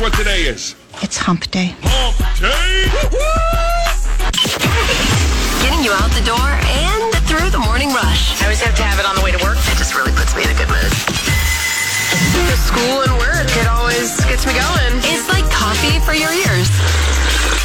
what today is? It's hump day. Hump day. Getting you out the door and through the morning rush. I always have to have it on the way to work. That just really puts me in a good mood. The school and work, it always gets me going. It's like coffee for your ears.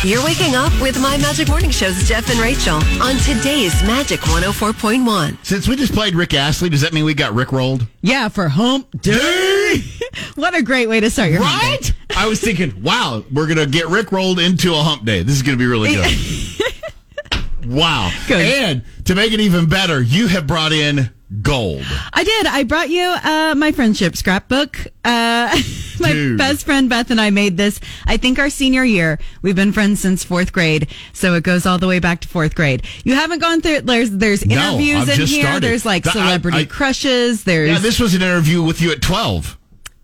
You're waking up with My Magic Morning Show's Jeff and Rachel on today's Magic 104.1. Since we just played Rick Astley, does that mean we got Rick rolled? Yeah, for hump day. what a great way to start your hump day. Right? I was thinking, wow, we're gonna get Rick rolled into a hump day. This is gonna be really good. wow. Good. And to make it even better, you have brought in gold. I did. I brought you uh, my friendship scrapbook. Uh, my Dude. best friend Beth and I made this, I think, our senior year. We've been friends since fourth grade, so it goes all the way back to fourth grade. You haven't gone through it. There's, there's No, interviews I've in just here. started. There's like Th- I- celebrity I- crushes. There's, Yeah, this was an interview with you at twelve.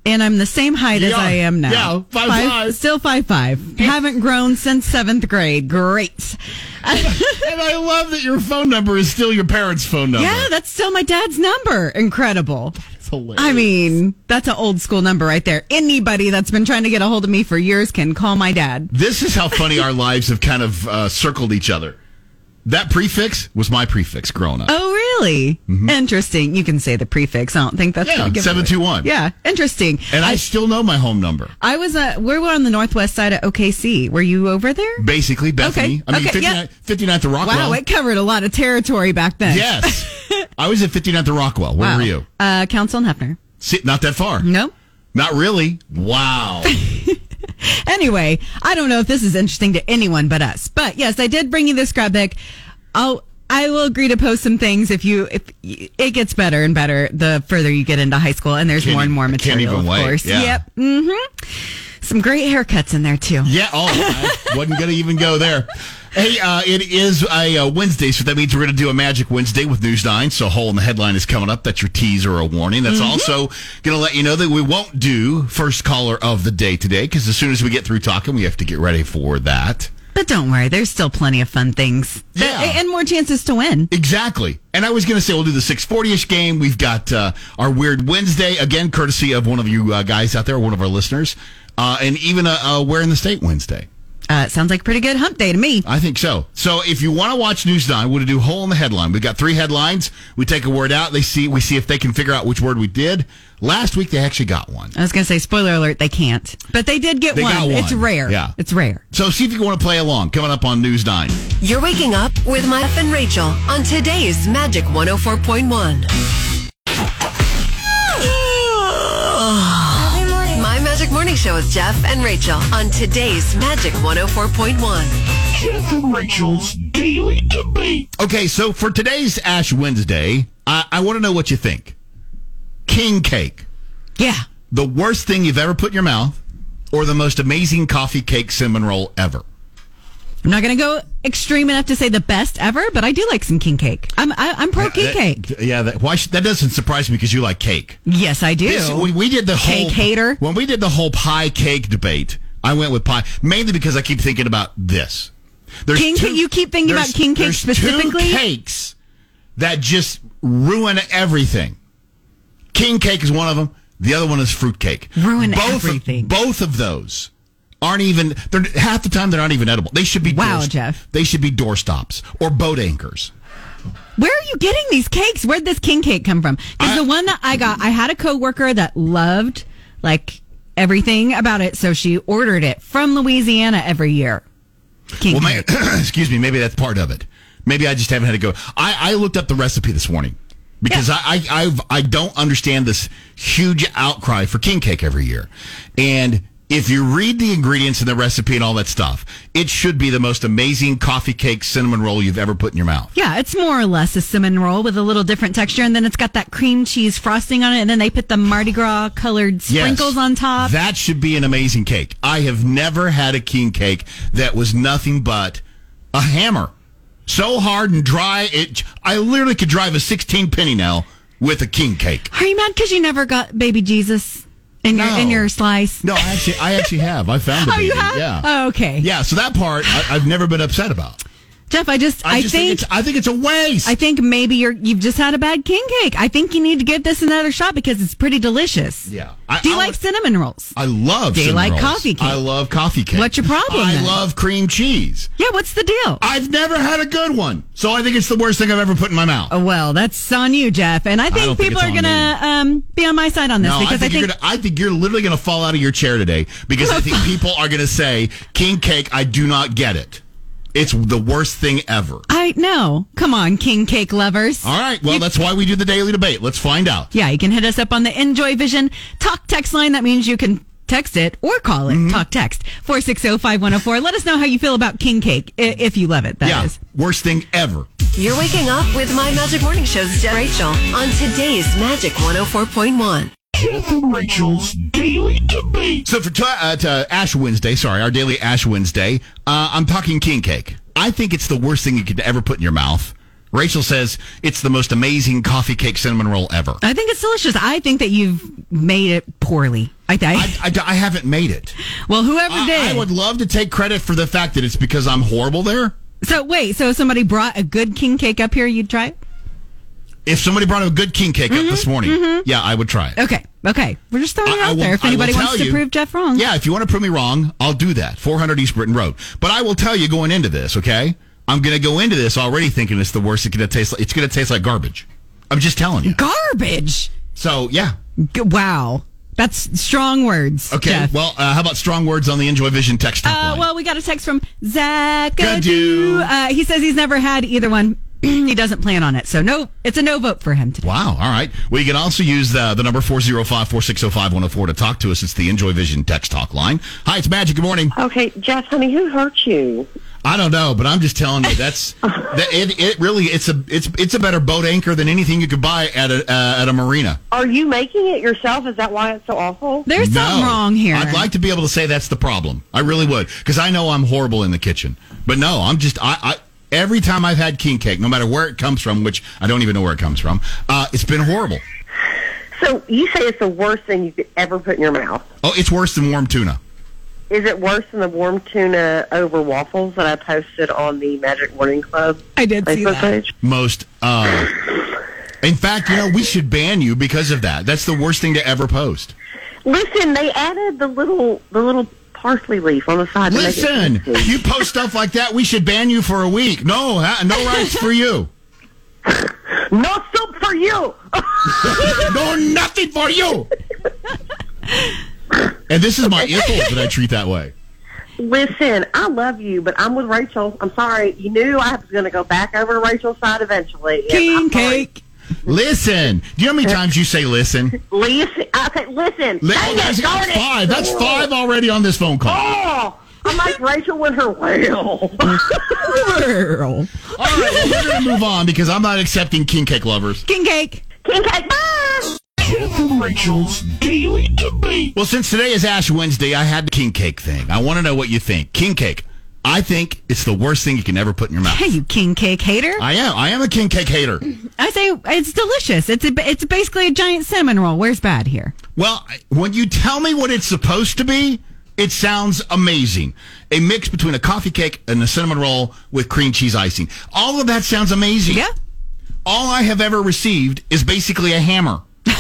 and I'm the same height as Yeah. I am now. Yeah, five five. Still five five. haven't grown since seventh grade. Great. and I love that your phone number is still your parents' phone number. Yeah, that's still my dad's number. Incredible. That's hilarious. I mean, that's an old school number right there. Anybody that's been trying to get a hold of me for years can call my dad. this is how funny our lives have kind of uh, circled each other. That prefix was my prefix growing up. Oh, really? Interesting. You can say the prefix. I don't think that's Yeah, gonna give 721. away. Yeah, interesting. and I still know my home number. I was uh, we were on the northwest side of OKC. Were you over there? Basically, Bethany. I mean, okay, 59, yeah. 59th and Rockwell. Wow, it covered a lot of territory back then. Yes. I was at 59th and Rockwell. Where Wow. were you? Uh, Council and Hefner. See, not that far. No. Not really. Wow. Anyway, I don't know if this is interesting to anyone but us, but yes, I did bring you this scrapbook. I'll I will agree to post some things if you if y- it gets better and better the further you get into high school, and there's Can't more and e- more I can't material, even of wait, course. yeah. Yep. Mm-hmm. Some great haircuts in there too. Yeah. Oh, I wasn't going to even go there. Hey, uh, it is a uh, Wednesday, so that means we're going to do a Magic Wednesday with News 9. So, hole in the headline is coming up. That's your tease or a warning. Mm-hmm. That's also going to let you know that we won't do first caller of the day today because as soon as we get through talking, we have to get ready for that. But don't worry, there's still plenty of fun things Yeah. That- and more chances to win. Exactly. And I was going to say we'll do the 640-ish game. We've got uh, our Weird Wednesday, again, courtesy of one of you uh, guys out there, one of our listeners, uh, and even a, a Where in the State Wednesday. Uh, sounds like a pretty good hump day to me. I think so. So if you want to watch News 9, we're going to do Hole in the Headline. We've got three headlines. We take a word out. They see We see if they can figure out which word we did. Last week, they actually got one. I was gonna say spoiler alert, they can't, but they did get They one. got one. It's rare. Yeah. it's rare. So see if you want to play along. Coming up on News 9. You're waking up with my Jeff and Rachel on today's Magic 104.1. My Magic Morning Show with Jeff and Rachel on today's Magic 104.1. Okay, so for today's Ash Wednesday, I, I want to know what you think. King cake. Yeah. the worst thing you've ever put in your mouth or the most amazing coffee cake cinnamon roll ever? I'm not going to go extreme enough to say the best ever, but I do like some king cake. I'm I, I'm pro king Uh, That- cake. yeah, that, why should, that doesn't surprise me because you like cake. Yes, I do. This- when we did the Cake whole, hater? When we did the whole pie cake debate, I went with pie mainly because I keep thinking about this. There's King cake- you keep thinking about there's- king cake there's specifically? Two cakes that just ruin everything. King cake is one of them. The other one is fruit cake. Ruin both everything. Of, both of those aren't even. They're half the time they're not even edible. They should be Wow, doorst- Jeff. They should be doorstops or boat anchors. Where are you getting these cakes? Where'd this king cake come from? Because I- the one that I got, I had a coworker that loved like everything about it, so she ordered it from Louisiana every year. King Well, cake. may, excuse me. Maybe that's part of it. Maybe I just haven't had to go. I, I looked up the recipe this morning because I, I I've I don't understand this huge outcry for king cake every year, and if you read the ingredients and the recipe and all that stuff, it should be the most amazing coffee cake cinnamon roll you've ever put in your mouth. Yeah, it's more or less a cinnamon roll with a little different texture, and then it's got that cream cheese frosting on it, and then they put the Mardi Gras colored Yes. sprinkles on top. That should be an amazing cake. I have never had a king cake that was nothing but a hammer. So hard and dry, it I literally could drive a 16 penny now with a king cake. Are you mad because you never got baby Jesus in No. your in your slice? No, I actually I actually have. I found a Oh, you baby. have? Yeah. Oh, okay. Yeah, so that part I, I've never been upset about. Jeff, I just, I, I, just think, think, it's, I think it's a waste. I think maybe you're, you've just had a bad king cake. I think you need to give this another shot because it's pretty delicious. Yeah. I- Do you I like would- cinnamon rolls? I love They cinnamon like rolls. coffee cake. I love coffee cake. What's your problem, I then? love cream cheese. yeah. What's the deal? I've never had a good one, so I think it's the worst thing I've ever put in my mouth. Oh, well, that's on you, Jeff. And I think don't think people it's are on gonna um, be on my side on this No, because I think, I you're think gonna, I think you're literally going to fall out of your chair today because I think people are going to say, "King cake, I do not get it. It's the worst thing ever." I know. Come on, king cake lovers. All right, well, that's why we do the daily debate. Let's find out. Yeah, you can hit us up on the Enjoy Vision talk text line. That means you can text it or call Mm-hmm. it talk text 460-5104. Let us know how you feel about king cake i- if you love it. That is. yeah, worst thing ever. You're waking up with My Magic Morning Show's Jeff Rachel on today's Magic 104.1. So for t- uh, t- uh, Ash Wednesday, sorry, our daily Ash Wednesday, uh, I'm talking king cake. I think it's the worst thing you could ever put in your mouth. Rachel says it's the most amazing coffee cake cinnamon roll ever. I think it's delicious. I think that you've made it poorly. I think. I, I, I haven't made it. well, whoever I, did. I would love to take credit for the fact that it's because I'm horrible there. so wait, so if somebody brought a good king cake up here, you'd try it? If somebody brought a good king cake up this morning, yeah, I would try it. Mm-hmm, Okay. Okay. We're just throwing it out there. If I anybody tell wants to you- prove Jeff wrong. Yeah, if you want to prove me wrong, I'll do that. 400 East Britain Road. But I will tell you going into this, okay? I'm going to go into this already thinking it's the worst. It's going to taste like, it's going to taste like garbage. I'm just telling you. Garbage. So, yeah. G- wow. That's strong words. Okay. Jeff. Well, uh, how about strong words on the Enjoy Vision text? helpline? Uh, well, we got a text from Zach. Gadoo. Uh, he says he's never had either one. he doesn't plan on it. So, no, it's a no vote for him today. Wow. All right. Well, you can also use the, the number 405 460 5104 to talk to us. It's the Enjoy Vision text talk line. Hi, it's Magic. Good morning. Okay, Jeff, honey, who hurt you? I don't know, but I'm just telling you that's that it, it really it's a it's it's a better boat anchor than anything you could buy at a uh, at a marina. Are you making it yourself? Is that why it's so awful? There's something No. wrong here. I'd like to be able to say that's the problem. I really would because I know I'm horrible in the kitchen. But no, I'm just I, I every time I've had king cake, no matter where it comes from, which I don't even know where it comes from, uh, it's been horrible. So you say it's the worst thing you could ever put in your mouth. Oh, it's worse than warm tuna. Is it worse than the warm tuna over waffles that I posted on the Magic Morning Club I did see Facebook that. page? Most. Uh, in fact, you know we should ban you because of that. That's the worst thing to ever post. Listen, they added the little the little parsley leaf on the side. Listen, to make it you post stuff like that, we should ban you for a week. No, ha- no rights for you. no soup for you. No, nothing for you. And this is my insult that I treat that way. Listen, I love you, but I'm with Rachel. I'm sorry. You knew I was going to go back over to Rachel's side eventually. and King I'm sorry. cake. Listen, do you know how many times you say listen? Listen, I said, listen. Li- Dang it, that's darn it. five. That's five already on this phone call. Oh, I'm like Rachel with her whale. Girl. All right, well, we're going to move on because I'm not accepting king cake lovers. King cake. King cake, bye. Well, since today is Ash Wednesday, I had the king cake thing. I want to know what you think. King cake. I think it's the worst thing you can ever put in your mouth. Hey, you king cake hater. I am. I am a king cake hater. I say it's delicious. It's a, it's basically a giant cinnamon roll. Where's bad here? Well, I- when you tell me what it's supposed to be, it sounds amazing. A mix between a coffee cake and a cinnamon roll with cream cheese icing. All of that sounds amazing. Yeah. All I have ever received is basically a hammer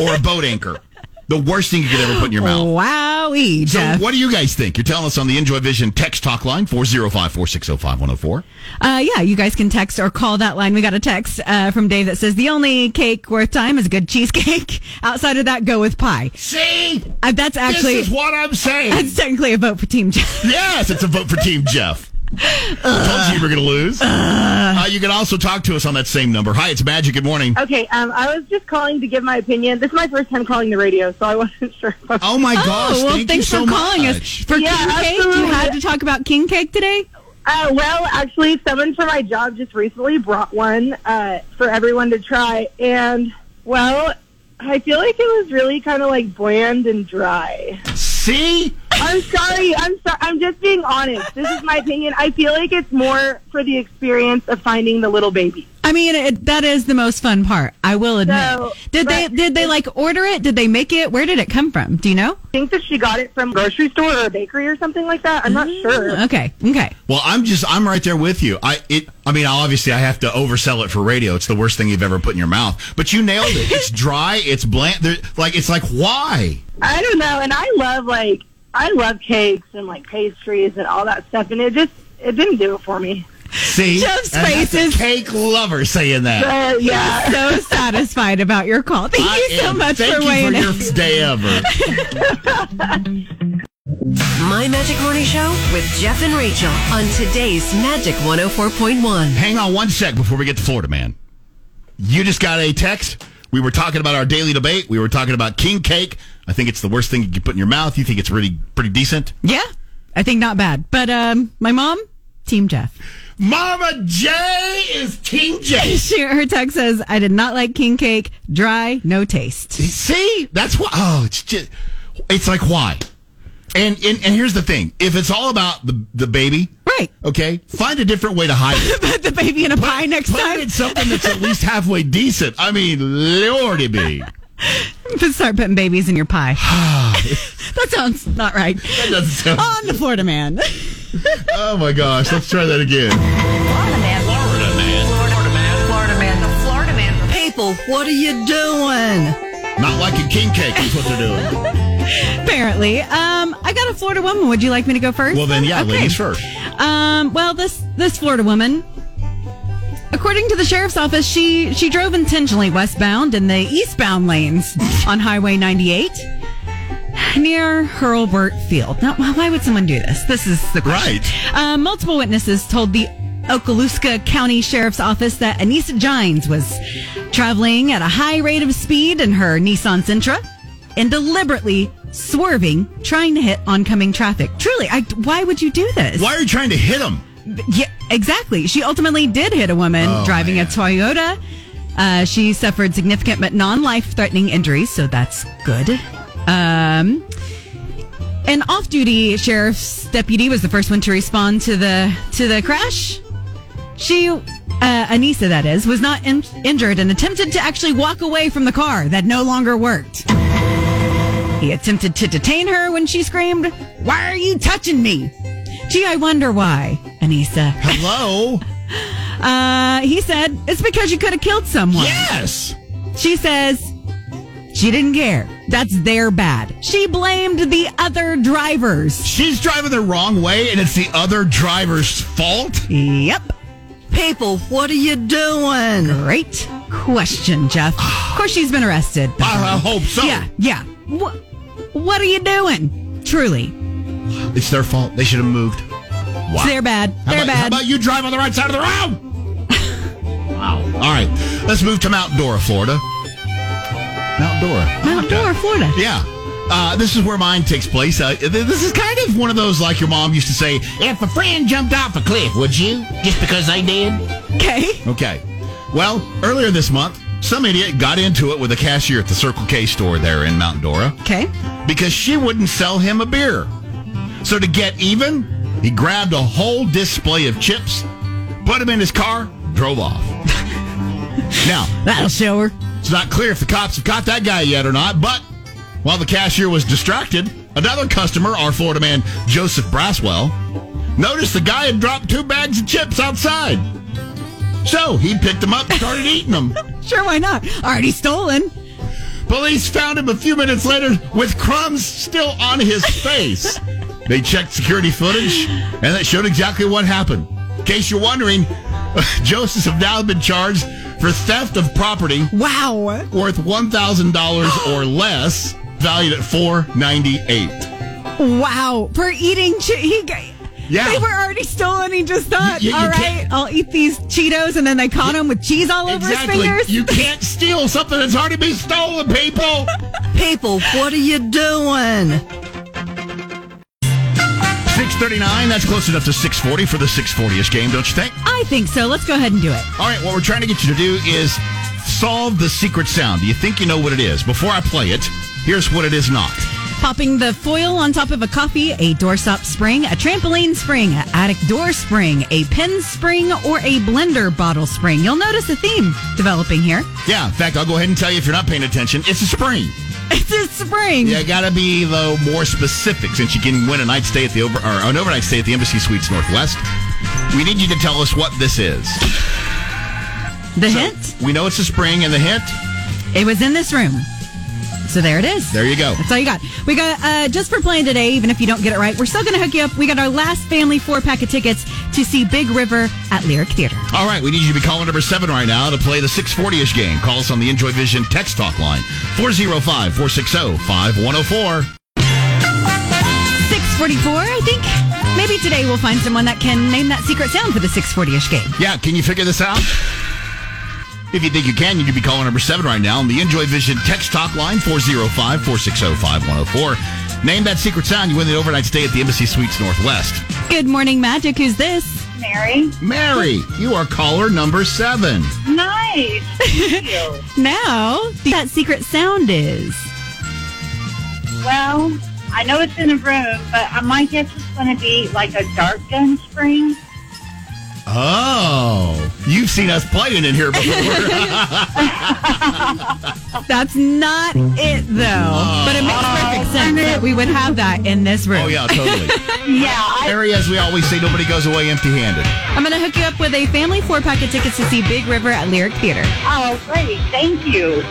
or a boat anchor. The worst thing you could ever put in your mouth. Wowie, So, Oh, Jeff. what do you guys think? You're telling us on the Enjoy Vision text talk line, 405 460 5104. Uh, yeah, you guys can text or call that line. We got a text uh, from Dave that says the only cake worth time is a good cheesecake. Outside of that, go with pie. See? Uh, that's actually this is what I'm saying. that's technically a vote for Team Jeff. Yes, it's a vote for Team Jeff. Told you we were going to lose. Uh, you can also talk to us on that same number. Hi, it's Magic. Good morning. Okay, um, I was just calling to give my opinion. This is my first time calling the radio, so I wasn't sure. Oh my gosh! oh well, thank thanks you so for calling much. us for Yeah, king cake. You absolutely. had to talk about king cake today. Uh, well, actually, someone for my job just recently brought one uh, for everyone to try, and well, I feel like it was really kind of like bland and dry. See, I'm sorry. I'm sorry. I'm just being honest. This is my opinion. I feel like it's more for the experience of finding the little baby. I mean, it, that is the most fun part. I will admit. So, did they but- did they like order it? Did they make it? Where did it come from? Do you know? I think that she got it from a grocery store or a bakery or something like that. I'm not sure. Okay. Okay. Well, I'm just I'm right there with you. I it I mean obviously I have to oversell it for radio. It's the worst thing you've ever put in your mouth. But you nailed it. It's dry. It's bland. There, like it's like why? I don't know. And I love like I love cakes and like pastries and all that stuff. And it just it didn't do it for me. See, Jeff's And that's a face is- cake lover saying that. Uh, yeah. So satisfied about your call. Thank I you so am- much Thank for you weighing in. for your day ever. My Magic Morning Show with Jeff and Rachel on today's Magic 104.1. Hang on one sec before we get to Florida Man. You just got a text. We were talking about our daily debate. We were talking about king cake. I think it's the worst thing you can put in your mouth. You think it's really pretty decent? Yeah, I think not bad. But um, my mom, Team Jeff. Mama J is King J. She, her text says, "I did not like king cake. Dry, no taste." See, that's why. Oh, it's just, it's like why. And, and and here's the thing: if it's all about the the baby, Right. Okay, find a different way to hide it. Put the baby in a pie next Put it time. in something that's at least halfway decent. I mean, lordy be. Start putting babies in your pie. that sounds not right. That doesn't sound. On the Florida man. Oh my gosh, let's try that again. Florida man. Florida man. Florida man. Florida man. The Florida man. People, what are you doing? Not like a king cake is what they're doing. Apparently, um, I got a Florida woman. Would you like me to go first? Well, then, yeah, Okay. ladies first. Um, well, this this Florida woman, according to the sheriff's office, she she drove intentionally westbound in the eastbound lanes on Highway 98 near Hurlburt Field. Now, why would someone do this? This is the question. Right. Uh, multiple witnesses told the Okaloosa County Sheriff's Office that Anissa Gines was traveling at a high rate of speed in her Nissan Sentra and deliberately swerving, trying to hit oncoming traffic. Truly, I, why would you do this? Why are you trying to hit him? Yeah, exactly. She ultimately did hit a woman Oh, driving man. a Toyota. Uh, she suffered significant but non-life threatening injuries, so that's good. Um, an off-duty sheriff's deputy was the first one to respond to the to the crash. She, uh, Anissa, that is, was not in- injured and attempted to actually walk away from the car that no longer worked. He attempted to detain her when she screamed, "Why are you touching me?" Gee, I wonder why, Anissa. Hello? Uh, he said, it's because you could have killed someone. yes! She says, she didn't care. That's their bad. She blamed the other drivers. She's driving the wrong way and it's the other driver's fault? Yep. people, what are you doing? Great question, Jeff. Of course, she's been arrested. by the I, I way. hope so. Yeah, yeah. What, what are you doing? Truly, It's their fault. They should have moved. Wow. it's their bad. How They're about, How bad. about you drive on the right side of the road? wow. All right, let's move to Mount Dora, Florida. Mount Dora. Mount Dora, Florida. Yeah. Uh, this is where mine takes place. Uh, th- this is kind of one of those, like your mom used to say, if a friend jumped off a cliff, would you? Just because they did? Okay. Okay. Well, earlier this month, some idiot got into it with a cashier at the Circle K store there in Mount Dora Okay. because she wouldn't sell him a beer. So to get even, he grabbed a whole display of chips, put them in his car, drove off. now, That'll show her. it's not clear if the cops have caught that guy yet or not, but while the cashier was distracted, another customer, our Florida man Joseph Braswell, noticed the guy had dropped two bags of chips outside. So he picked them up and started eating them. Sure, why not? Already stolen. Police found him a few minutes later with crumbs still on his face. they checked security footage, and that showed exactly what happened. In case you're wondering, Josephs have now been charged for theft of property Wow. worth $1,000 or less, valued at $498. Wow, for eating chi- he g- Yeah. They were already stolen. He just thought, You- you- you all right, can't- I'll eat these Cheetos, and then they caught him with cheese all over his Exactly. fingers. You can't steal something that's already been stolen, people. People, what are you doing? 639, that's close enough to 640 for the 640-ish game, don't you think? I think so. Let's go ahead and do it. All right, what we're trying to get you to do is solve the secret sound. Do you think you know what it is? Before I play it, here's what it is not. Popping the foil on top of a coffee, a doorstop spring, a trampoline spring, an attic door spring, a pen spring, or a blender bottle spring. You'll notice a theme developing here. Yeah, in fact, I'll go ahead and tell you if you're not paying attention, it's a spring. It's a spring. You gotta be though more specific since you can win a night stay at the over or an overnight stay at the Embassy Suites Northwest. We need you to tell us what this is. The So, hint? We know it's a spring, and the hint. It was in this room. So there it is. There you go. That's all you got. We got uh, just for playing today. Even if you don't get it right, we're still going to hook you up. We got our last family four pack of tickets to see Big River at Lyric Theater. All right, we need you to be calling number seven right now to play the 640-ish game. Call us on the Enjoy Vision text talk line 405-460-5104. Six forty-four, I think. Maybe today we'll find someone that can name that secret sound for the six forty-ish game. Yeah, can you figure this out? If you think you can, you can be calling number seven right now on the Enjoy Vision text talk line 405-460-5104. Name that secret sound. You win the overnight stay at the Embassy Suites Northwest. Good morning, Magic. Who's this? Mary. Mary, you are caller number seven. Nice. Thank you. Now that secret sound is. Well, I know it's in a room, but uh, my guess is going to be like a dark gun spring. Oh, you've seen us playing in here before. That's not it though. But it makes perfect sense that we would have that in this room. oh, yeah, totally. Yeah, I, Mary, as we always say, nobody goes away empty-handed. I'm going to hook you up with a family four pack of tickets to see Big River at Lyric Theater. oh, great. Thank you.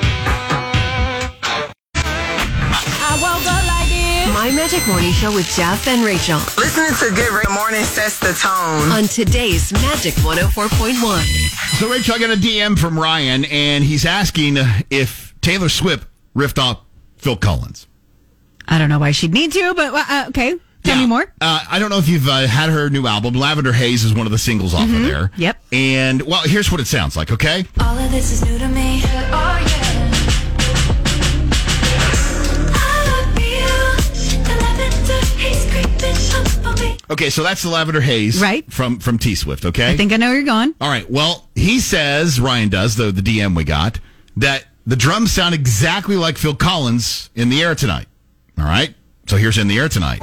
My Magic Morning Show with Jeff and Rachel Listening to Good Ra- Morning sets the tone. on today's Magic 104.1. So, Rachel, I got a DM from Ryan, and he's asking if Taylor Swift riffed off Phil Collins. I don't know why she'd need to, but uh, okay. Tell Yeah. me more. Uh, I don't know if you've uh, had her new album. Lavender Haze is one of the singles off of there. Mm-hmm. Yep. And, well, here's what it sounds like, okay? All of this is new to me. Oh yeah. I love you. The lavender haze creeping up on me. Okay, so that's the Lavender Haze Right. from, from T Swift, okay? I think I know where you're going. All right, well, he says, Ryan does, though the DM we got, that the drums sound exactly like Phil Collins in the air tonight. All right? So here's in the air tonight.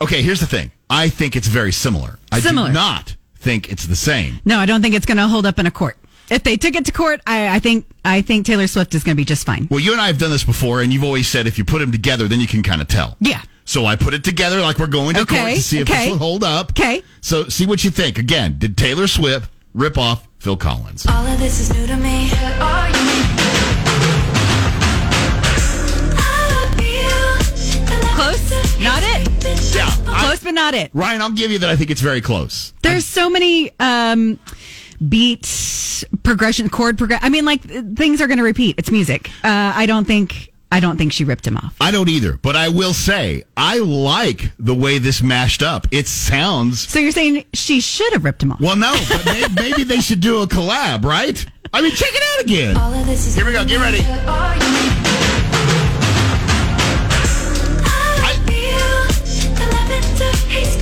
Okay, here's the thing. I think it's very similar. I Similar. do not think it's the same. No, I don't think it's going to hold up in a court. If they took it to court, I, I think I think Taylor Swift is going to be just fine. Well, you and I have done this before, and you've always said if you put them together, then you can kind of tell. Yeah. So I put it together like we're going to Okay, court to see if okay. this will hold up. Okay. So see what you think. Again, did Taylor Swift rip off Phil Collins? All of this is new to me. Oh yeah. I love you. The Close, lavender not haze it. creeping Yeah, up on I- Close, but not it. Ryan, I'll give you that. I think it's very close. There's so many um, beats, progression, chord progress. I mean, like th- things are going to repeat. It's music. Uh, I don't think I don't think she ripped him off. I don't either, but I will say I like the way this mashed up. It sounds So you're saying she should have ripped him off? well, no, but may, maybe they should do a collab, right? I mean, check it out again. All of this is Here we go. Get ready.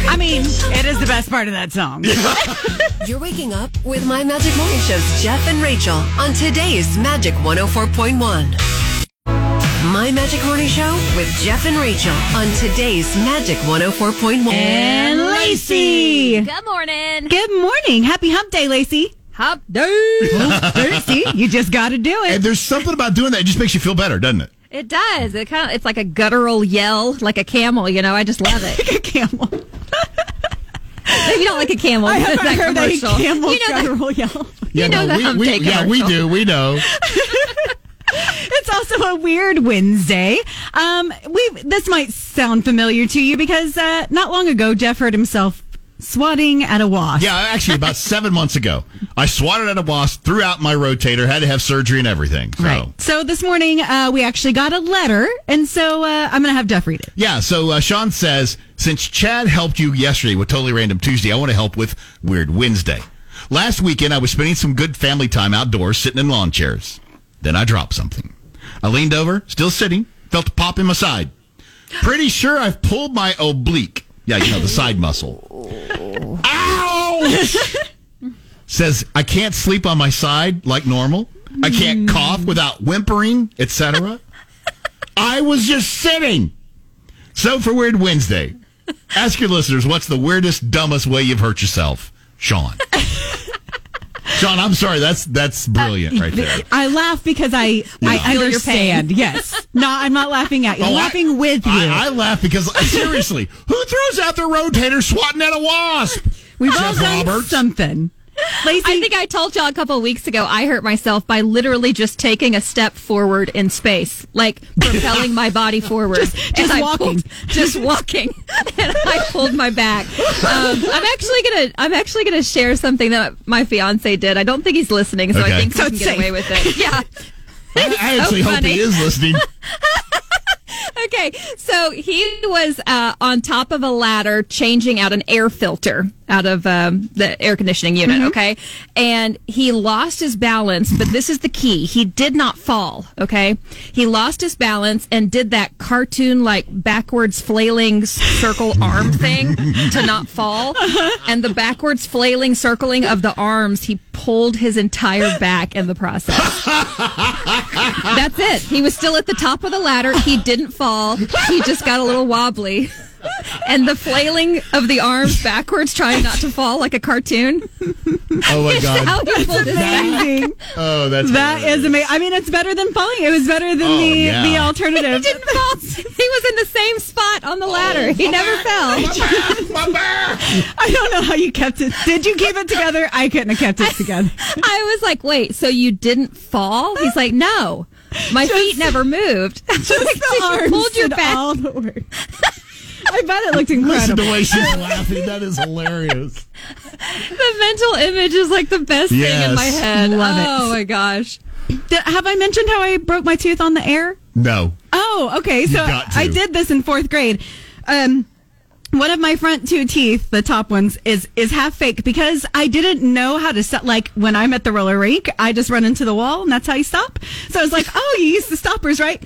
I mean, it is the best part of that song. You're waking up with My Magic Morning Show's Jeff and Rachel on today's Magic 104.1. My Magic Morning Show with Jeff and Rachel on today's Magic 104.1. And Lacey. Good morning. Good morning. Happy hump day, Lacey. Hop day. See, you just got to do And it. there's something about doing that. It just makes you feel better, doesn't it? It does. It kind of it's like a guttural yell, like a camel. You know, I just love it. Like a camel. If you don't like a camel, I that haven't heard a commercial. camel you know that- guttural yell. Yeah, know the no, hump we, we, day yeah, we commercial. do. We know. It's also a weird Wednesday. Um, we this might sound familiar to you because uh, not long ago Jeff heard himself swatting at a wasp. Yeah, actually, about seven months ago, I swatted at a wasp, threw out my rotator, had to have surgery and everything. So. Right. So this morning uh, we actually got a letter, and so uh, I'm gonna have Jeff read it. Yeah, so uh, Sean says, since Chad helped you yesterday with Totally Random Tuesday, I want to help with Weird Wednesday. Last weekend, I was spending some good family time outdoors sitting in lawn chairs. Then I dropped something. I leaned over, still sitting, felt a pop in my side. Pretty sure I've pulled my oblique. Yeah, you know, the side muscle. Ow! Says, I can't sleep on my side like normal. I can't cough without whimpering, etc. I was just sitting. So for Weird Wednesday, ask your listeners what's the weirdest, dumbest way you've hurt yourself, Sean. Sean, I'm sorry. That's that's brilliant right there. I laugh because I I your pain. understand. yes. No, I'm not laughing at you. I'm Oh, I- laughing with you. I, I laugh because seriously, who throws out their rotator swatting at a wasp? We've all Jeff done Roberts. something. Lacey, I think I told y'all a couple of weeks ago I hurt myself by literally just taking a step forward in space, like propelling my body forward. Just, just walking. just walking. And I pulled my back. Um, I'm actually gonna I'm actually gonna share something that my fiance did. I don't think he's listening, so Okay. I think So I can it's get safe. away with it. Yeah. I, I so actually hope funny. he is listening. Okay, so he was uh, on top of a ladder changing out an air filter out of um, the air conditioning unit, Mm-hmm. okay? And he lost his balance, but this is the key. He did not fall, okay? He lost his balance and did that cartoon, like backwards flailing s- circle arm thing to not fall. Uh-huh. And the backwards flailing circling of the arms, he pulled his entire back in the process. That's it. He was still at the top of the ladder. He didn't fall. He just got a little wobbly. And the flailing of the arms backwards, trying not to fall like a cartoon. Oh my How god! he pulled his back. amazing. Oh, that's That is amazing. I mean, it's better than falling. It was better than Oh, the yeah. the He alternative. Oh. didn't fall. He was in the same spot on the ladder. He never fell. I don't know how you kept it. Did you keep it together? I couldn't have kept it together. I was like, wait, so you didn't fall? He's like, no. My feet never moved. I was like, Just the so you arms pulled your did back. all the work. I bet it looked Listen incredible. to the way she's laughing. That is hilarious. The mental image is like the best thing in my Yes. head. Love it. oh my gosh. Did- have I mentioned how I broke my tooth on the air? No. Oh, okay. So got to. I did this in fourth grade. Um, one of my front two teeth, the top ones, is is half fake because I didn't know how to stop. Like when I'm at the roller rink, I just run into the wall, and that's how you stop. So I was like, "Oh, you use the stoppers, right?"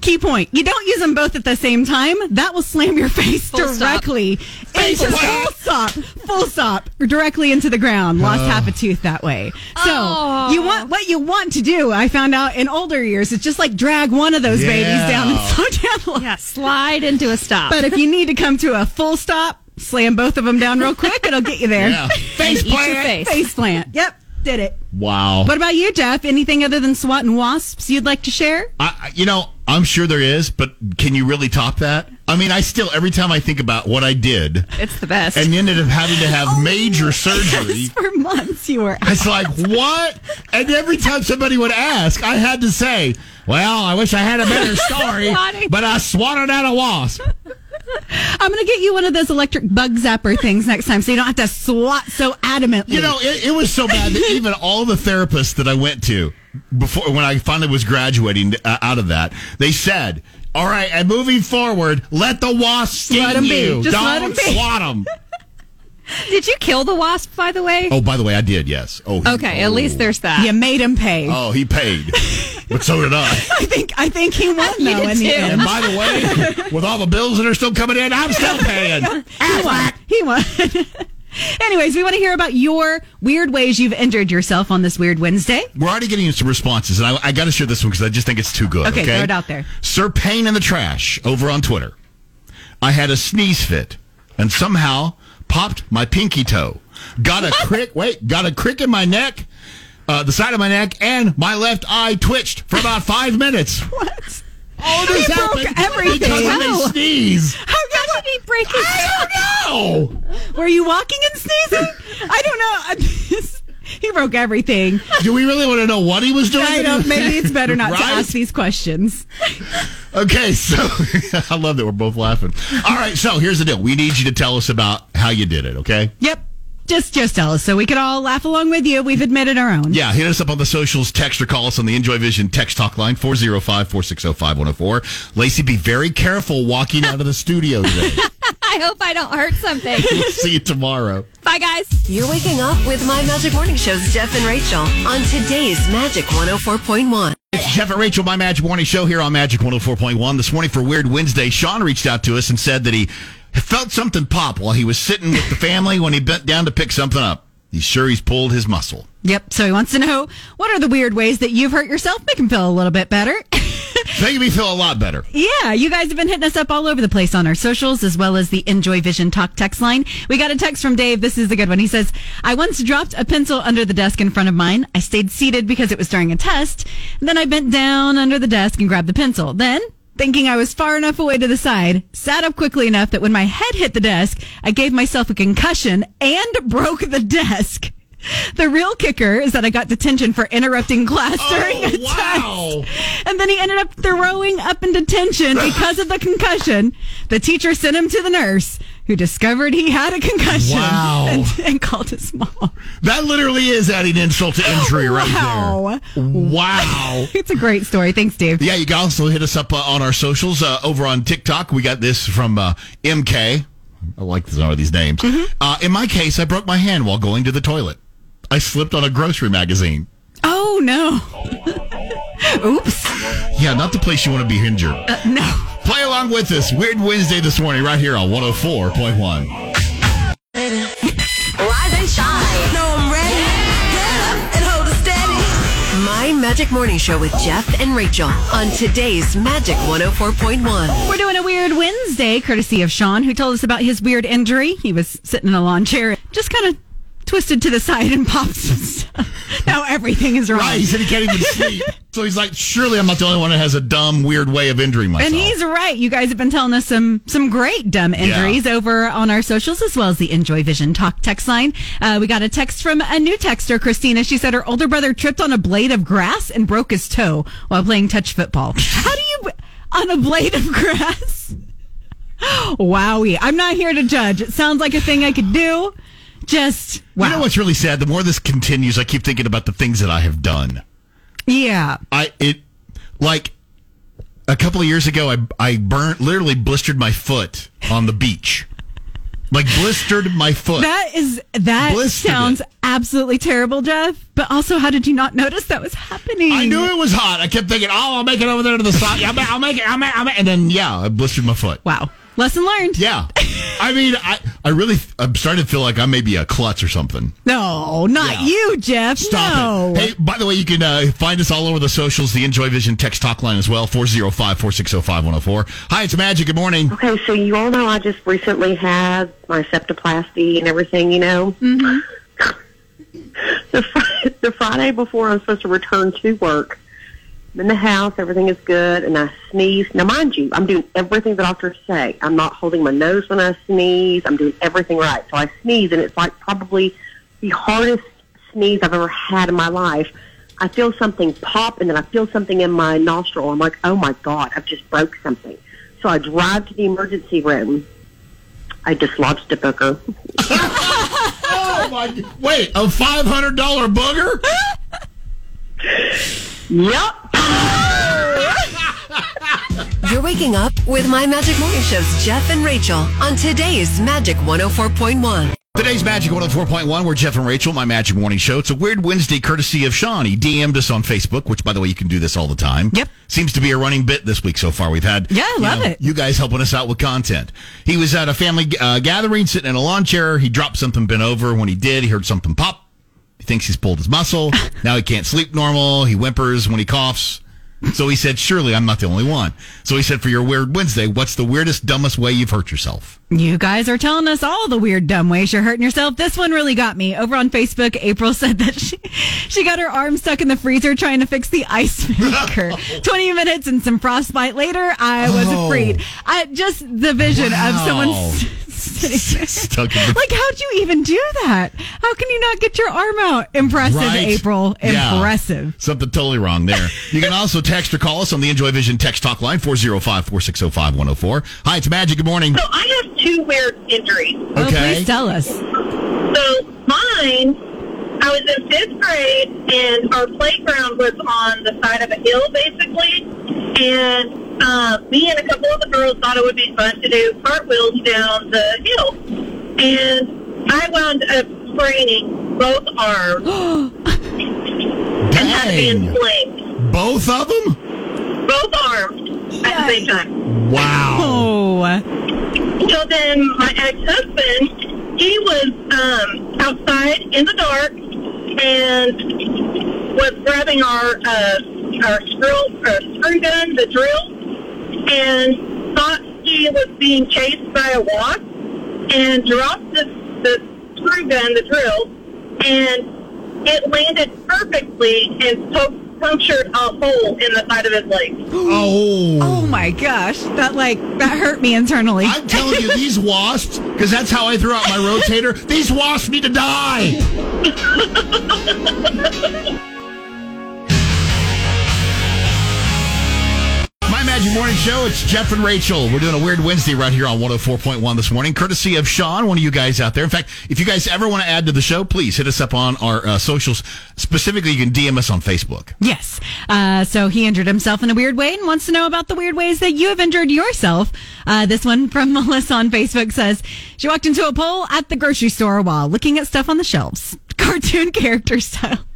Key point: you don't use them both at the same time. That will slam your face Full stop. directly into Full full stop, full stop, directly into the ground. Lost half a tooth that way. So Oh. you want what you want to do? I found out in older years, it's just like drag one of those those Yeah. babies down and slow down. a lot. Yeah, slide into a stop. But if you need to come to a full stop, slam both of them down real quick. It'll get you there. Yeah. Face eat your plant. face. Face plant. Yep. Did it. Wow. What about you, Jeff? Anything other than SWAT and wasps you'd like to share? I, I- you know, I'm sure there is, but can you really top that? I mean, I still every time I think about what I did It's the best. Oh, and ended up having to have major surgery. Oh, For months you were. It's like what? And every time somebody would ask, I had to say, "Well, I wish I had a better story, Swatting. but I swatted at a wasp." I'm going to get you one of those electric bug zapper things next time so you don't have to SWAT so adamantly. You know, it, it was so bad that even all the therapists that I went to before, when I finally was graduating uh, out of that, they said, "All right, and moving forward, let the wasp sting Let 'em be. you. Just Don't let 'em be." swat 'em." Did you kill the wasp, by the way? Oh, by the way, I did. Yes. Oh. he- Okay, at least oh. there's that. you made him pay. Oh, he paid, but so did I. I think I think he won You though did in the too. end. And by the way, with all the bills that are still coming in, I'm still paying. He won. He won. Anyways, we want to hear about your weird ways you've injured yourself on this weird Wednesday. We're already getting some responses, and I, I got to share this one because I just think it's too good. Okay, Okay, throw it out there. Sir Payne in the Trash over on Twitter. I had a sneeze fit and somehow popped my pinky toe. Got a crick. Wait, got a crick in my neck, uh, the side of my neck, and my left eye twitched for about five minutes. What? All this He Oh, broke happened everything. because of How? a sneeze. How did he break his I don't know. Were you walking and sneezing? I don't know. I'm just- he broke everything. Do we really want to know what he was doing? I don't. Maybe it's better not to Right? ask these questions. Okay, so I love that we're both laughing. All right, so here's the deal. We need you to tell us about how you did it, okay? Yep. Just, just tell us so we could all laugh along with you. We've admitted our own. Yeah, hit us up on the socials, text or call us on the Enjoy Vision text talk line 405-460-5104. Lacey, be very careful walking out of the studio today. I hope I don't hurt something. See you tomorrow. Bye, guys. You're waking up with My Magic Morning Show's Jeff and Rachel on today's Magic 104.1. It's Jeff and Rachel, my oh Magic Morning Show here on Magic 104.1. This morning for Weird Wednesday, Sean reached out to us and said that he felt something pop while he was sitting with the family when he bent down to pick something up. He's sure he's pulled his muscle. Yep. So he wants to know what are the weird ways that you've hurt yourself? Make him feel a little bit better. Making me feel a lot better. Yeah, you guys have been hitting us up all over the place on our socials as well as the Enjoy Vision Talk text line. We got a text from Dave. This is a good one. He says, I once dropped a pencil under the desk in front of mine. I stayed seated because it was during a test. Then I bent down under the desk and grabbed the pencil. Then, thinking I was far enough away to the side, sat up quickly enough that when my head hit the desk, I gave myself a concussion and broke the desk. The real kicker is that I got detention for interrupting class during a wow. test. And then he ended up throwing up in detention because of the concussion. The teacher sent him to the nurse who discovered he had a concussion Wow. and, and called his mom. That literally is adding insult to injury right Wow. there. Wow. It's a great story. Thanks, Dave. Yeah, you can also hit us up uh, on our socials uh, over on TikTok. We got this from uh, MK. I like some of these names. Mm-hmm. Uh, in my case, I broke my hand while going to the toilet. I slipped on a grocery magazine. Oh, no. Oops. Yeah, not the place you want to be injured. Uh, No. Play along with us. Weird Wednesday this morning, right here on 104.1. Rise and shine. No, I'm ready. Get up and hold it steady. My Magic Morning Show with Jeff and Rachel on today's Magic 104.1. We're doing a weird Wednesday, courtesy of Sean, who told us about his weird injury. He was sitting in a lawn chair, just kind of twisted to the side and popped some stuff. Now everything is wrong. Right, he said he can't even sleep. so he's like, surely I'm not the only one that has a dumb, weird way of injuring myself. And he's right. You guys have been telling us some some great dumb injuries over on our socials as well as the Enjoy Vision Talk text line. Uh, we got a text from a new texter, Christina. She said her older brother tripped on a blade of grass and broke his toe while playing touch football. How do you on a blade of grass? Wowie! I'm not here to judge. It sounds like a thing I could do. Just wow. You know what's really sad? The more this continues, I keep thinking about the things that I have done. Yeah. I it like a couple of years ago I I burnt literally blistered my foot on the beach. Like blistered my foot. That is that Blistered sounds it. absolutely terrible, Jeff. But also, how did you not notice that was happening? I knew it was hot. I kept thinking, "Oh, I'll make it over there to the side. Yeah, I'll ma- I'll make it. I'll make, I'll make. And then, yeah, I blistered my foot. Wow. Lesson learned. Yeah, I mean, I, I really, I'm starting to feel like I may be a klutz or something. No, not Yeah. you, Jeff. Stop no. it. Hey, by the way, you can uh, find us all over the socials, the Enjoy Vision text talk line as well, 405-460-5104. Hi, it's Magic. Good morning. Okay, so you all know I just recently had my septoplasty and everything, you know. Mm-hmm. the, fr- the Friday before I'm supposed to return to work, I'm in the house, everything is good, and I sneeze. Now, mind you, I'm doing everything the doctors say. I'm not holding my nose when I sneeze. I'm doing everything right. So I sneeze, and it's like probably the hardest sneeze I've ever had in my life. I feel something pop, and then I feel something in my nostril. I'm like, oh my God, I've just broke something. So I drive to the emergency room. I dislodged a booger. Oh my! Wait, a five hundred dollar booger? Yep. You're waking up with My Magic Morning Show's Jeff and Rachel on today's Magic 104.1. Today's Magic 104.1, we're Jeff and Rachel, my Magic Morning Show. It's a weird Wednesday courtesy of Sean. He DM'd us on Facebook, which, by the way, you can do this all the time. Yep. Seems to be a running bit this week so far. We've had Yeah, I you love it. You guys helping us out with content. He was at a family uh, gathering, sitting in a lawn chair. He dropped something, bent over. When he did, he heard something pop. He thinks he's pulled his muscle. now he can't sleep normal. He whimpers when he coughs. So he said, "Surely I'm not the only one." So he said, "For your weird Wednesday, what's the weirdest, dumbest way you've hurt yourself?" You guys are telling us all the weird, dumb ways you're hurting yourself. This one really got me. Over on Facebook, April said that she, she got her arm stuck in the freezer trying to fix the ice maker. 20 minutes and some frostbite later, I was Oh. afraid. I, just the vision Wow. of someone s- sitting Stuck in there. the- Like, how'd you even do that? How can you not get your arm out? Impressive, Right. April. Yeah. Impressive. Something totally wrong there. You can also text or call us on the Enjoy Vision text talk line, 405-460-5104. Hi, it's Magic. Good morning. So I have two weird injuries. Oh, Okay. please tell us. So mine, I was in fifth grade, and our playground was on the side of a hill, basically. And uh, me and a couple of the girls thought it would be fun to do cartwheels down the hill. And I wound up spraining both arms and had to be Dang. inflamed. Both of them? Both arms at the same time. Wow. Oh, So then my ex-husband, he was um, outside in the dark and was grabbing our uh, our screw uh, screw gun, the drill, and thought he was being chased by a wasp and dropped the, the screw gun, the drill, and it landed perfectly and poked. Punctured a hole in the side of his leg. Oh. Oh my gosh. That like that hurt me internally. I'm telling you, these wasps, because that's how I threw out my rotator, these wasps need to die. My Magic Morning Show, it's Jeff and Rachel. We're doing a weird Wednesday right here on 104.1 this morning, courtesy of Sean, one of you guys out there. In fact, if you guys ever want to add to the show, please hit us up on our uh, socials. Specifically, you can DM us on Facebook. Yes. Uh, so he injured himself in a weird way and wants to know about the weird ways that you have injured yourself. Uh, this one from Melissa on Facebook says she walked into a pole at the grocery store while looking at stuff on the shelves, cartoon character style.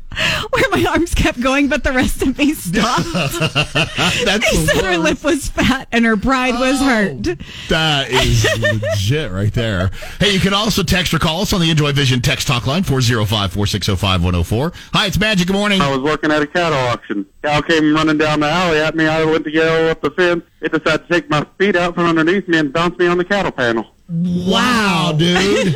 Where my arms kept going, but the rest of me stopped. That's Oh. They said her lip was fat and her pride was hurt. That is legit right there. Hey, you can also text or call us on the Enjoy Vision text talk line 405-460-5104. Hi, it's Magic. Good morning. I was working at a cattle auction. Cow came running down the alley at me. I went to go up the fence. It decided to take my feet out from underneath me and bounce me on the cattle panel. Wow, dude.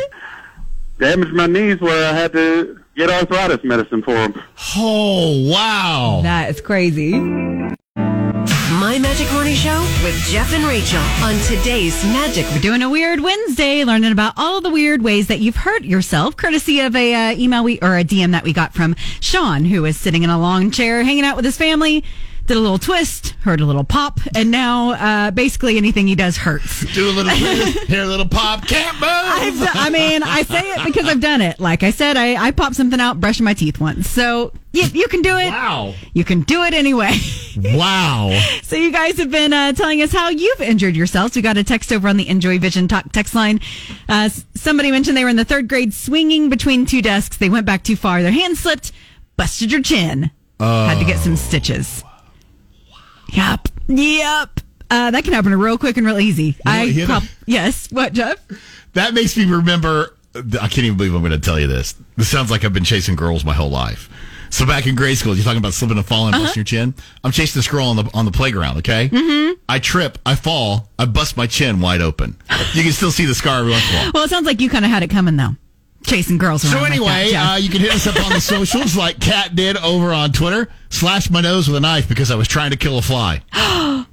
Damaged my knees where I had to get arthritis medicine for them. Oh, wow. That is crazy. My Magic Morning Show with Jeff and Rachel on today's Magic. We're doing a weird Wednesday, learning about all the weird ways that you've hurt yourself, courtesy of a uh, email we or a DM that we got from Sean, who was sitting in a long chair, hanging out with his family. Did a little twist, heard a little pop, and now uh, basically anything he does hurts. Do a little twist, hear a little pop, can't move. I've, I mean, I say it because I've done it. Like I said, I, I popped something out brushing my teeth once. So you, you can do it. Wow. You can do it anyway. Wow. So you guys have been uh, telling us how you've injured yourselves. We got a text over on the Enjoy Vision Talk text line. Uh, s- somebody mentioned they were in the third grade swinging between two desks. They went back too far. Their hand slipped, busted your chin. Had to get some stitches. Yep. Yep. Uh, that can happen real quick and real easy. know what I hit prob- him? yes. What, Jeff? That makes me remember. I can't even believe I'm going to tell you this. This sounds like I've been chasing girls my whole life. So back in grade school, you're talking about slipping and falling, and busting your chin. I'm chasing this girl on the on the playground. Okay, mm-hmm. I trip, I fall, I bust my chin wide open. You can still see the scar every once in a while. Well, it sounds like you kind of had it coming though, chasing girls. So around like anyway, that, Jeff. uh, you can hit us up on the socials like Kat did over on Twitter. Slashed my nose with a knife because I was trying to kill a fly.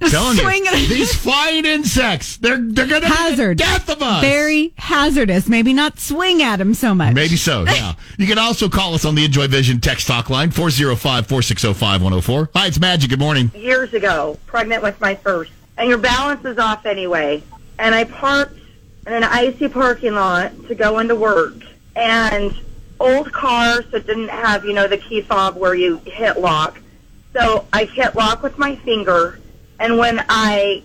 Telling Swing you, it. these flying insects, they're they're gonna hazard. be the death of us. Very hazardous. Maybe not swing at him so much. Maybe so, yeah. you can also call us on the Enjoy Vision text talk line, 405 460 5104. Hi, it's Magic. Good morning. years ago, pregnant with my first, and your balance is off anyway. And I parked in an icy parking lot to go into work, and old car, so it didn't have you know the key fob where you hit lock. So I hit lock with my finger, and when I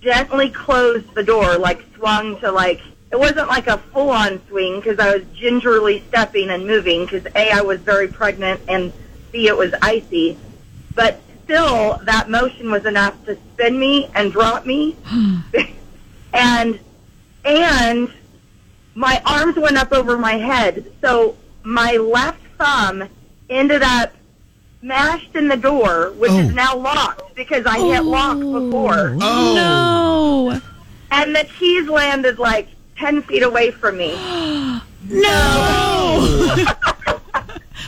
gently closed the door, like swung to like it wasn't like a full on swing because I was gingerly stepping and moving because a I was very pregnant and b it was icy, but still that motion was enough to spin me and drop me, and and my arms went up over my head, so my left thumb ended up smashed in the door, which is now locked because I hit lock before. Oh. Oh. No. And the keys landed like 10 feet away from me. no!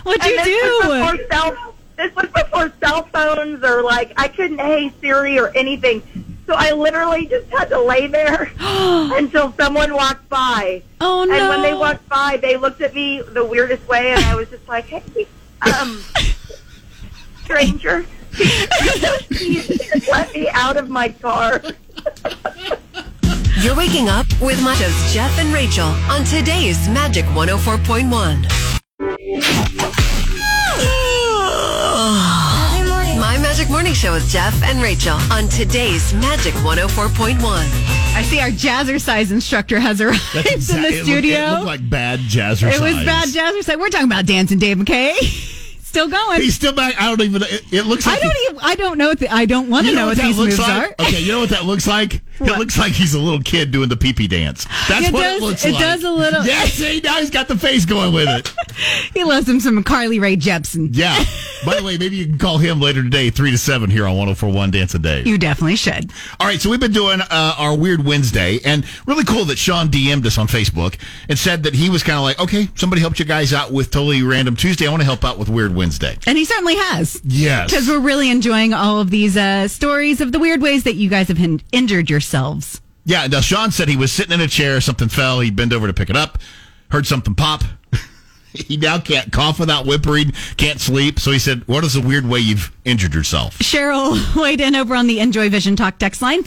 What'd and you this Was do? before cell, this was before cell phones or like, I couldn't hey Siri or anything. So I literally just had to lay there until someone walked by. Oh, and no. when they walked by, they looked at me the weirdest way, and I was just like, hey, um, stranger, please just let me out of my car. You're waking up with my shows, Jeff and Rachel on today's Magic 104.1. My Magic Morning Show with Jeff and Rachel on today's Magic 104.1. I see our jazzercise instructor has arrived in exact- the it looked- studio. It looked like bad jazzercise. It was bad jazzercise. We're talking about dancing Dave McKay. still going. He's still back. I don't even. It, it looks like I don't. Even, I don't know. What the, I don't want to know, what, that these looks moves like? are. Okay, you know what that looks like? It looks like he's a little kid doing the pee pee dance. That's It what does- it looks it like. does a little- Yeah, see, now he's got the face going with it. He loves him some Carly Rae Jepsen. Yeah. By the way, maybe you can call him later today, 3 to 7 here on 1041 Dance a Day. You definitely should. All right, so we've been doing uh, our Weird Wednesday, and really cool that Sean DM'd us on Facebook and said that he was kind of like, okay, somebody helped you guys out with Totally Random Tuesday. I want to help out with Weird Wednesday. And he certainly has. Yes. Because we're really enjoying all of these uh, stories of the weird ways that you guys have hin- injured yourselves. Yeah, now Sean said he was sitting in a chair, something fell, he bent over to pick it up, heard something pop. he now can't cough without whimpering, can't sleep. So he said, What is the weird way you've injured yourself? Cheryl weighed in over on the Enjoy Vision Talk text line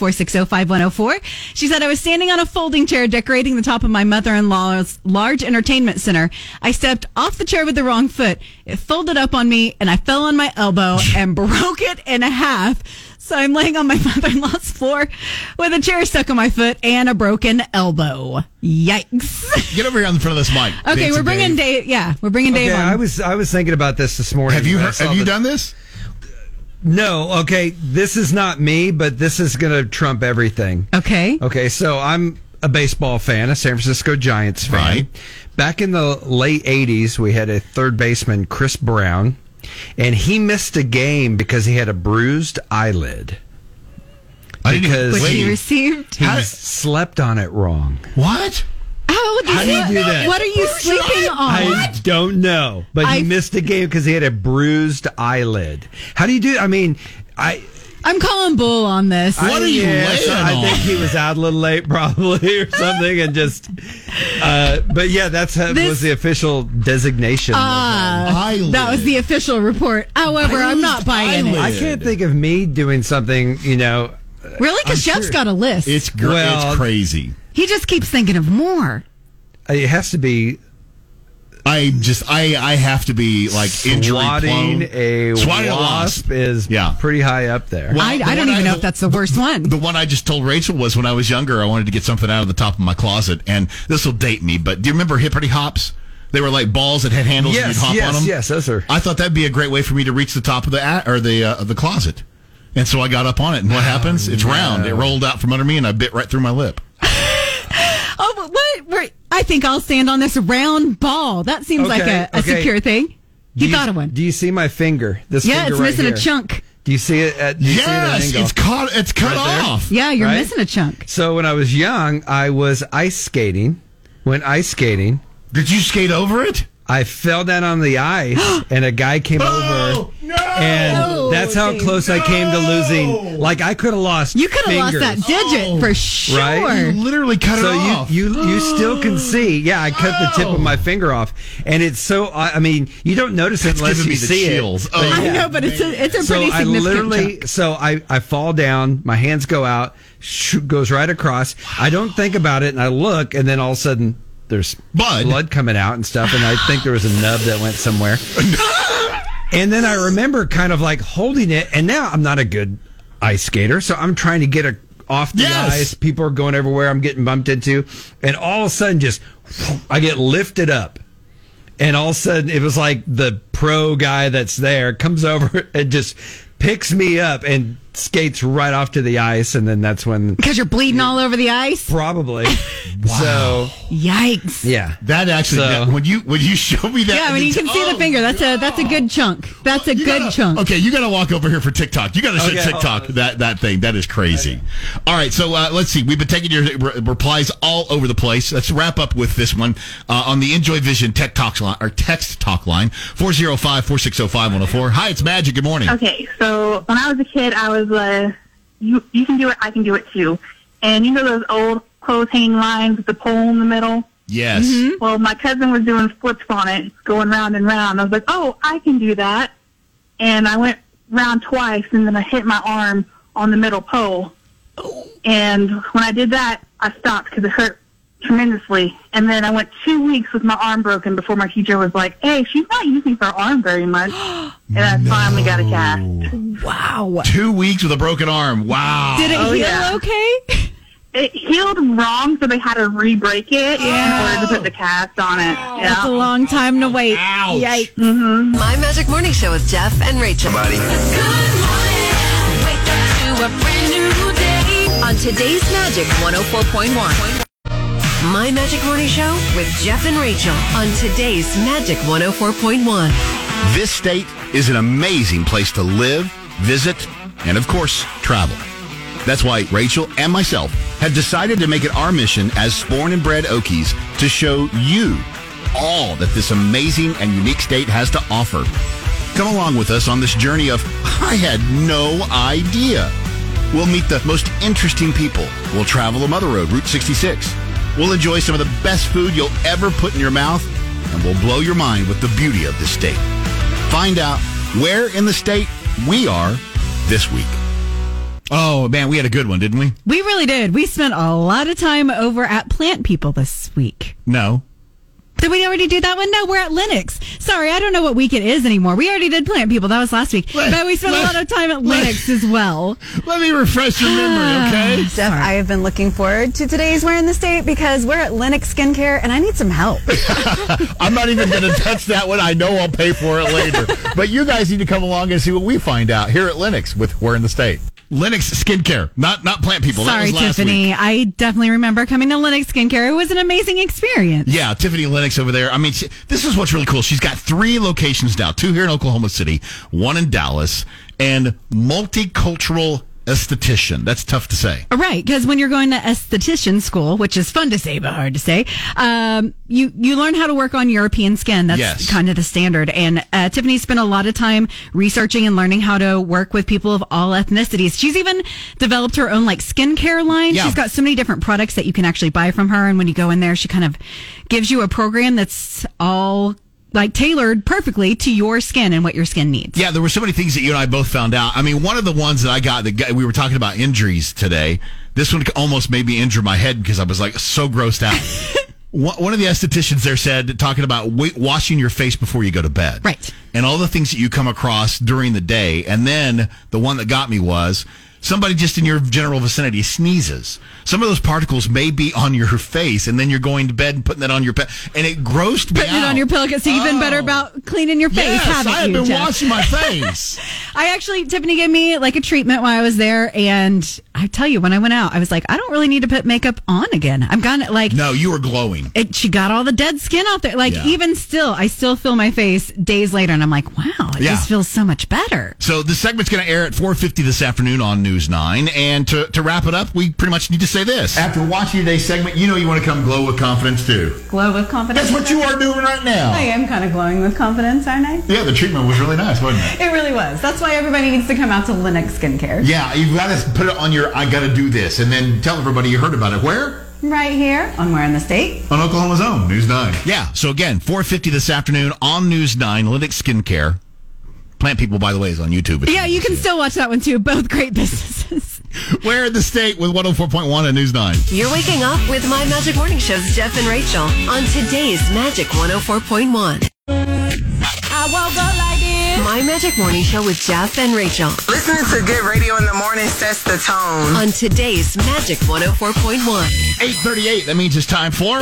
4605104. She said, I was standing on a folding chair decorating the top of my mother in law's large entertainment center. I stepped off the chair with the wrong foot. It folded up on me and I fell on my elbow and broke it in half. So I'm laying on my mother in law's floor with a chair stuck on my foot and a broken elbow. Yikes. Get over here on the front of this mic. Okay, Dance we're and bringing Dave. Yeah, we're bringing Dave okay, on. I was I was thinking about this this morning. Have you when I heard- saw have you done this? No. Okay, this is not me, but this is going to trump everything. Okay. Okay, so I'm a baseball fan, a San Francisco Giants fan. Back in the late '80s, we had a third baseman, Chris Brown, and he missed a game because he had a bruised eyelid. I didn't even- because Which he received. he slept on it wrong. What? How, How do you do that? What are you sleeping on? I don't know, but he I- missed the game because he had a bruised eyelid. How do you do? I mean, I. I'm calling bull on this. I, yes, I think he was out a little late, probably, or something, and just. Uh, but yeah, that's how, This- was the official designation. Ah, that was the official report. However, I'm not buying it. I can't think of me doing something, you know. Really? Because I'm Jeff's sure- got a list. gr- it's crazy. he just keeps thinking of more. It has to be. I just I I have to be like injury Swatting prone. a Swatting wasp is yeah. pretty high up there. Well, I, the I one don't even I- know if that's the worst one. The one I just told Rachel was when I was younger, I wanted to get something out of the top of my closet, and this will date me, but do you remember Hipperty Hops? They were like balls that had handles and Yes, you'd hop yes, on them. yes, those are- I thought that'd be a great way for me to reach the top of the at, or the uh, of the closet, and so I got up on it. And what happens? It's round. It rolled out from under me, and I bit right through my lip. Oh, but what? Where, I think I'll stand on this round ball. That seems like Okay, a, a okay. secure thing. Do You got one. Do you see my finger? This Yeah, finger it's right missing a here. chunk. Do you see it? At, do you see it at an Yes, angle? it's caught. It's cut Right there? off. Yeah, you're Right? missing a chunk. So when I was young, I was ice skating. When ice skating, did you skate over it? I fell down on the ice, and a guy came over, Oh, and that's how close I came to losing. Like I could have lost. You could have lost that digit for sure. Right? You literally cut so you you you still can see. Yeah, I cut the tip of my finger off, and it's so. I I mean, you don't notice it That's unless giving you me the see chills. it. Oh, But I yeah. know, but it's a, it's a So pretty I significant literally, chunk. so I, I fall down, my hands go out, sh- goes right across. I don't think about it, and I look, and then all of a sudden there's blood, coming out and stuff, and I think there was a nub that went somewhere. and then I remember kind of like holding it, and now I'm not a good ice skater, so I'm trying to get a off the Yes. ice. People are going everywhere. I'm getting bumped into, and all of a sudden, just I get lifted up and all of a sudden it was like the pro guy that's there comes over and just picks me up and skates right off to the ice and then that's when Because you're bleeding all over the ice. probably so Yikes. yeah That actually, So- that- when you when you show me that, Yeah, I mean you can Oh, see the finger. That's a that's a good chunk. That's a You good gotta- chunk. Okay, you got to walk over here for TikTok. You got to show Okay. TikTok that that thing. That is crazy. All right, so uh, let's see. We've been taking your re- replies all over the place. Let's wrap up with this one uh, on the Enjoy Vision Tech Talk line or text talk line 405-460-5104. Hi, it's Magic. Good morning. Okay, so when I was a kid, I was uh, you you can do it, I can do it too, and you know those old clothes hanging lines with the pole in the middle. Yes. Well, my cousin was doing flips on it, going round and round. I was like, oh, I can do that, and I went round twice, and then I hit my arm on the middle pole, and when I did that, I stopped because it hurt tremendously. And then I went two weeks with my arm broken before my teacher was like, hey, she's not using her arm very much. and I finally got a cast. Wow. Two weeks with a broken arm. Wow. Did it Oh, heal yeah. okay? it healed wrong, so they had to re-break it in order to put the cast on it. yeah. That's a long time to wait. Ouch. Yikes. My Magic Morning Show with Jeff and Rachel. On today's Magic 104.1. My Magic Morning Show with Jeff and Rachel on today's Magic 104.1. This state is an amazing place to live, visit, and of course, travel. That's why Rachel and myself have decided to make it our mission as Sporn and Bred Okies to show you all that this amazing and unique state has to offer. Come along with us on this journey of I had no idea. We'll meet the most interesting people. We'll travel the Mother Road, Route 66. We'll enjoy some of the best food you'll ever put in your mouth, and we'll blow your mind with the beauty of this state. Find out where in the state we are this week. Oh man, we had a good one, didn't we? We really did. We spent a lot of time over at Plant People this week. No. Did we already do that one? No, we're at Linux. Sorry, I don't know what week it is anymore. We already did Plant People. That was last week. but we spent a lot of time at Linux as well. Let me refresh your memory, okay? Jeff, I have been looking forward to today's We're in the State because we're at Linux Skincare and I need some help. I'm not even going to touch that one. I know I'll pay for it later. but you guys need to come along and see what we find out here at Linux with We're in the State. Linux skincare, not not plant people. that Sorry, was last Tiffany. week. I definitely remember coming to Linux Skincare. It was an amazing experience. Yeah, Tiffany Lennox over there. I mean, she, this is what's really cool. She's got three locations now: two here in Oklahoma City, one in Dallas, and multicultural esthetician. That's tough to say. Right, because when you're going to esthetician school, which is fun to say but hard to say, um, you you learn how to work on European skin. That's Yes. kind of the standard. And uh, Tiffany spent a lot of time researching and learning how to work with people of all ethnicities. She's even developed her own like skincare line. Yeah. She's got so many different products that you can actually buy from her. And when you go in there, she kind of gives you a program that's all like tailored perfectly to your skin and what your skin needs. Yeah, there were so many things that you and I both found out. I mean, one of the ones that I got that got- we were talking about injuries today. This one almost made me injure my head because I was like so grossed out. One one of the estheticians there said, talking about wa- washing your face before you go to bed. Right. And all the things that you come across during the day. And then the one that got me was somebody just in your general vicinity sneezes. Some of those particles may be on your face, and then you're going to bed and putting that on your pet. And it grossed me Putting it out. on your pillow because you've been better about cleaning your face, Oh. Yes, haven't I have you, been Jeff? washing my face. I actually, Tiffany gave me like a treatment while I was there. And I tell you, when I went out, I was like, I don't really need to put makeup on again. I'm gonna like, no, you were glowing. it, she got all the dead skin out there. Like, Yeah. even still, I still feel my face days later. And I'm like, wow, it Yeah. just feels so much better. So this segment's going to air at 4:50 this afternoon on News 9 and to, to wrap it up, we pretty much need to say this. After watching today's segment, you know you want to come glow with confidence too. Glow with confidence. That's what you are doing right now. I am kind of glowing with confidence, aren't I? Yeah, the treatment was really nice, wasn't it? It really was. That's why everybody needs to come out to Linux Skincare. Yeah, you've got to put it on your I got to do this and then tell everybody you heard about it. Where? Right here on Where in the State. On Oklahoma's own News 9. Yeah, so again, 4:50 this afternoon on News 9 Linux Skincare. Plant People by the way is on YouTube. It's Yeah, you can still watch that one too. Both great businesses. We're in the state with 104.1 and News 9. You're waking up with My Magic Morning Show's Jeff and Rachel on today's Magic 104.1. I woke up like this. My Magic Morning Show with Jeff and Rachel Listening to good radio in the morning sets the tone. on today's Magic 104.1. 8:38. That means it's time for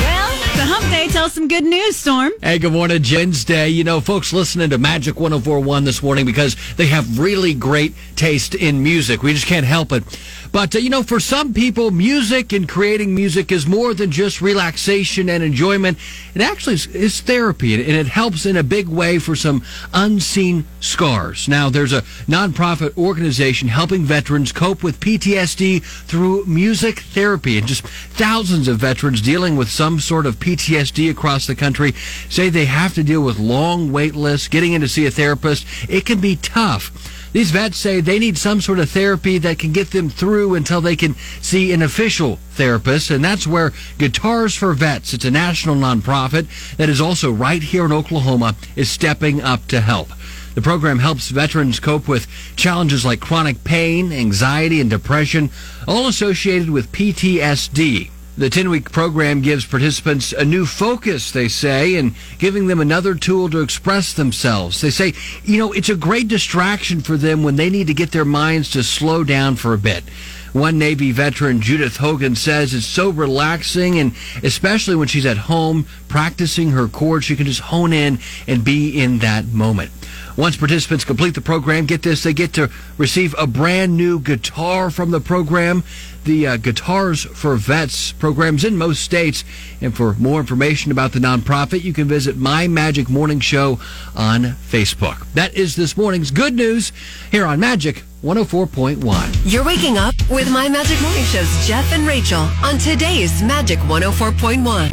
Well, the hump day tells some good news, Storm. Hey, good morning, Jen's Day. You know, folks listening to Magic 1041 this morning because they have really great taste in music. We just can't help it. But, uh, you know, for some people, music and creating music is more than just relaxation and enjoyment. It actually is, is therapy, and, and it helps in a big way for some unseen scars. Now, there's a nonprofit organization helping veterans cope with PTSD through music therapy, and just thousands of veterans dealing with some sort of PTSD across the country say they have to deal with long wait lists, getting in to see a therapist. It can be tough. These vets say they need some sort of therapy that can get them through until they can see an official therapist, and that's where Guitars for Vets, it's a national nonprofit that is also right here in Oklahoma, is stepping up to help. The program helps veterans cope with challenges like chronic pain, anxiety, and depression, all associated with PTSD. The 10 week program gives participants a new focus, they say, and giving them another tool to express themselves. They say, you know, it's a great distraction for them when they need to get their minds to slow down for a bit. One Navy veteran, Judith Hogan, says it's so relaxing, and especially when she's at home practicing her chords, she can just hone in and be in that moment. Once participants complete the program, get this, they get to receive a brand new guitar from the program. The uh, Guitars for Vets programs in most states. And for more information about the nonprofit, you can visit My Magic Morning Show on Facebook. That is this morning's good news here on Magic 104.1. You're waking oh up with My Magic Morning Show's Jeff and Rachel on today's Magic 104.1.